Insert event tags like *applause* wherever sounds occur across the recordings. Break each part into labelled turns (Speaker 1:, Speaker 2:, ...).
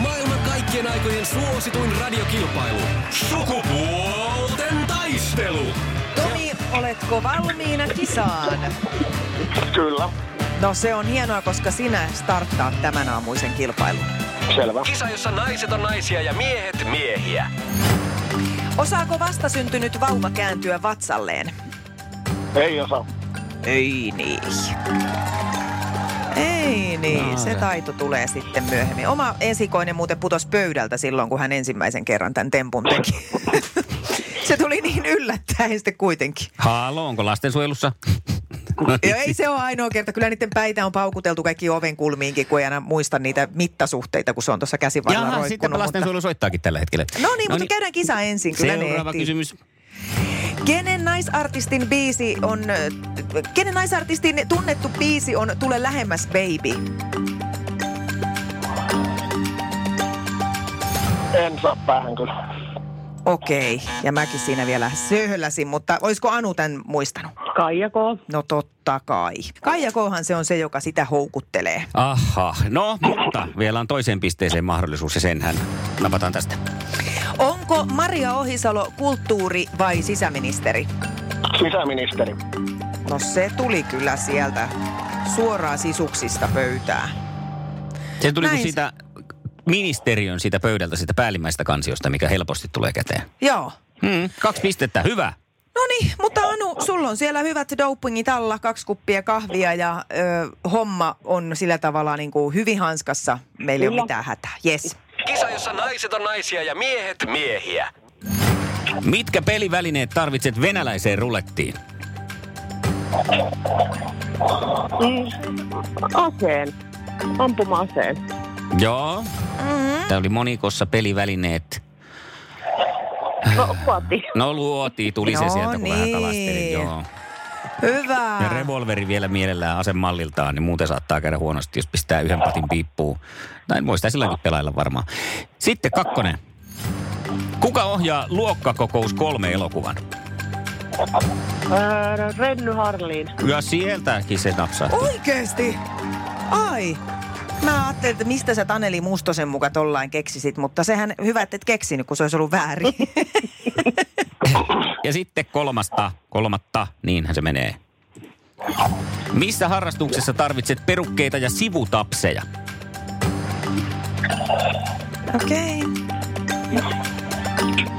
Speaker 1: Maailman kaikkien aikojen suosituin radiokilpailu. Sukupuolten taistelu.
Speaker 2: Tomi, oletko valmiina kisaan?
Speaker 3: Kyllä,
Speaker 2: No se on hienoa, koska sinä starttaat tämän aamuisen kilpailun.
Speaker 3: selvä.
Speaker 1: Kisa, jossa naiset on naisia ja miehet miehiä.
Speaker 2: Osaako vastasyntynyt vauva kääntyä vatsalleen?
Speaker 3: Ei osaa.
Speaker 2: Ei niin. Ei niin, se taito tulee sitten myöhemmin. Oma esikoinen muuten putos pöydältä silloin, kun hän ensimmäisen kerran tämän tempun *laughs* teki. se tuli niin yllättäen sitten kuitenkin.
Speaker 4: Haalo, onko lastensuojelussa?
Speaker 2: Ja ei se ole ainoa kerta. Kyllä niiden päitä on paukuteltu kaikki oven kulmiinkin, kun ei aina muista niitä mittasuhteita, kun se on tuossa käsivallalla
Speaker 4: Jaha,
Speaker 2: roikkunut.
Speaker 4: sitten lastensuojelu soittaakin tällä hetkellä.
Speaker 2: No niin, mutta käydään kisa ensin. Kyllä niin, ne
Speaker 4: Seuraava
Speaker 2: ehtii.
Speaker 4: kysymys.
Speaker 2: Kenen naisartistin biisi on, ö, t- kenen naisartistin tunnettu biisi on Tule lähemmäs baby?
Speaker 3: En saa päähän kyllä.
Speaker 2: Okei, ja mäkin siinä vielä söhöläsin, mutta olisiko Anu tämän muistanut?
Speaker 5: Kaija K.
Speaker 2: No totta kai. Kaija Kohan se on se, joka sitä houkuttelee.
Speaker 4: Aha, no mutta vielä on toiseen pisteeseen mahdollisuus ja senhän napataan tästä.
Speaker 2: Onko Maria Ohisalo kulttuuri- vai sisäministeri?
Speaker 3: Sisäministeri.
Speaker 2: No se tuli kyllä sieltä suoraan sisuksista pöytää.
Speaker 4: Se tuli
Speaker 2: Näin
Speaker 4: kuin
Speaker 2: se-
Speaker 4: siitä ministeriön siitä pöydältä, siitä päällimmäistä kansiosta, mikä helposti tulee käteen.
Speaker 2: Joo.
Speaker 4: Hmm, kaksi pistettä, hyvä.
Speaker 2: No niin, mutta Anu, sulla on siellä hyvät dopingit alla, kaksi kuppia kahvia ja ö, homma on sillä tavalla niin kuin hyvin hanskassa. Meillä ei ole
Speaker 5: Kyllä.
Speaker 2: mitään hätää. Yes.
Speaker 1: Kisa, jossa naiset on naisia ja miehet miehiä.
Speaker 4: Mitkä pelivälineet tarvitset venäläiseen rulettiin?
Speaker 5: Aseen. Ampuma-aseen.
Speaker 4: Joo. Mm-hmm. Tämä oli monikossa pelivälineet.
Speaker 5: No, vaati.
Speaker 4: No luoti, tuli se
Speaker 2: No
Speaker 4: sieltä, kun vähän
Speaker 2: niin. Ah.
Speaker 4: kalastelin. Joo.
Speaker 2: Hyvä.
Speaker 4: Ja revolveri vielä mielellään asemalliltaan, niin muuten saattaa käydä huonosti, jos pistää yhden patin piippuun. Näin voi sitä silläkin pelailla varmaan. Sitten kakkonen. Kuka ohjaa luokkakokous kolme elokuvan?
Speaker 5: Öö, Renny Harliin.
Speaker 4: Ja sieltäkin se napsahti.
Speaker 2: Oikeesti? Ai. Mä ajattelin, että mistä sä Taneli Mustosen muka tollain keksisit, mutta sehän hyvä, että et keksinyt, kun se olisi ollut väärin.
Speaker 4: Ja sitten kolmasta, kolmatta, niinhän se menee. Missä harrastuksessa tarvitset perukkeita ja sivutapseja?
Speaker 2: Okei.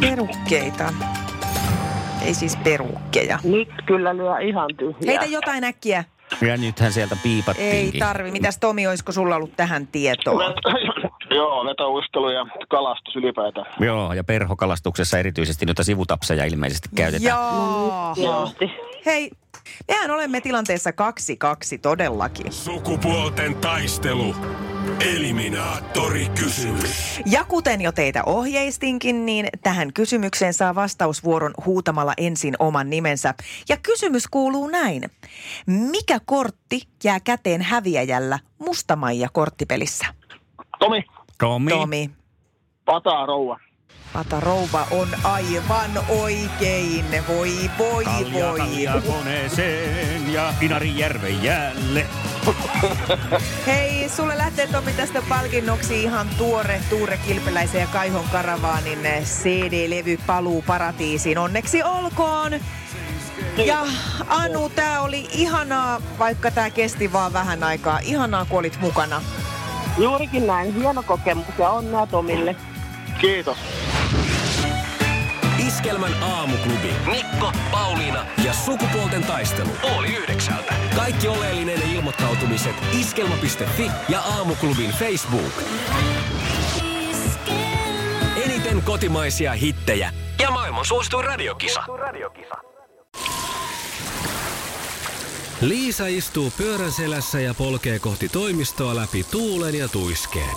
Speaker 2: Perukkeita. Ei siis perukkeja.
Speaker 5: Nyt kyllä lyö ihan tyhjää.
Speaker 2: Heitä jotain äkkiä.
Speaker 4: Ja nythän sieltä piipattiinkin.
Speaker 2: Ei tarvi. Mitäs Tomi, olisiko sulla ollut tähän tietoa?
Speaker 3: Vet- Joo, vetäuistelu ja kalastus ylipäätään.
Speaker 4: Joo, ja perhokalastuksessa erityisesti noita sivutapseja ilmeisesti käytetään.
Speaker 5: No
Speaker 2: Joo.
Speaker 5: Hienosti.
Speaker 2: Hei, mehän olemme tilanteessa kaksi kaksi todellakin.
Speaker 1: Sukupuolten taistelu. Eliminaattori kysymys.
Speaker 2: Ja kuten jo teitä ohjeistinkin, niin tähän kysymykseen saa vastausvuoron huutamalla ensin oman nimensä. Ja kysymys kuuluu näin. Mikä kortti jää käteen häviäjällä mustamaija korttipelissä?
Speaker 3: Tomi,
Speaker 4: Tomi.
Speaker 2: Tomi.
Speaker 3: pataa rouva.
Speaker 2: Pata Rouva on aivan oikein. Voi, voi,
Speaker 4: Kalja,
Speaker 2: voi.
Speaker 4: kalja koneeseen ja Inari järven jäälle.
Speaker 2: Hei, sulle lähtee Tomi tästä palkinnoksi ihan tuore Tuure Kilpeläisen ja Kaihon Karavaanin CD-levy Paluu paratiisiin. Onneksi olkoon! Ja Anu, tää oli ihanaa, vaikka tää kesti vaan vähän aikaa. Ihanaa, kun olit mukana.
Speaker 5: Juurikin näin. Hieno kokemus ja onnea Tomille.
Speaker 3: Kiitos.
Speaker 1: Iskelmän aamuklubi. Mikko, Pauliina ja sukupuolten taistelu. Oli yhdeksältä. Kaikki oleellinen ilmoittautumiset iskelma.fi ja aamuklubin Facebook. Eniten kotimaisia hittejä ja maailman suosituin radiokisa. Liisa istuu pyörän selässä ja polkee kohti toimistoa läpi tuulen ja tuiskeen.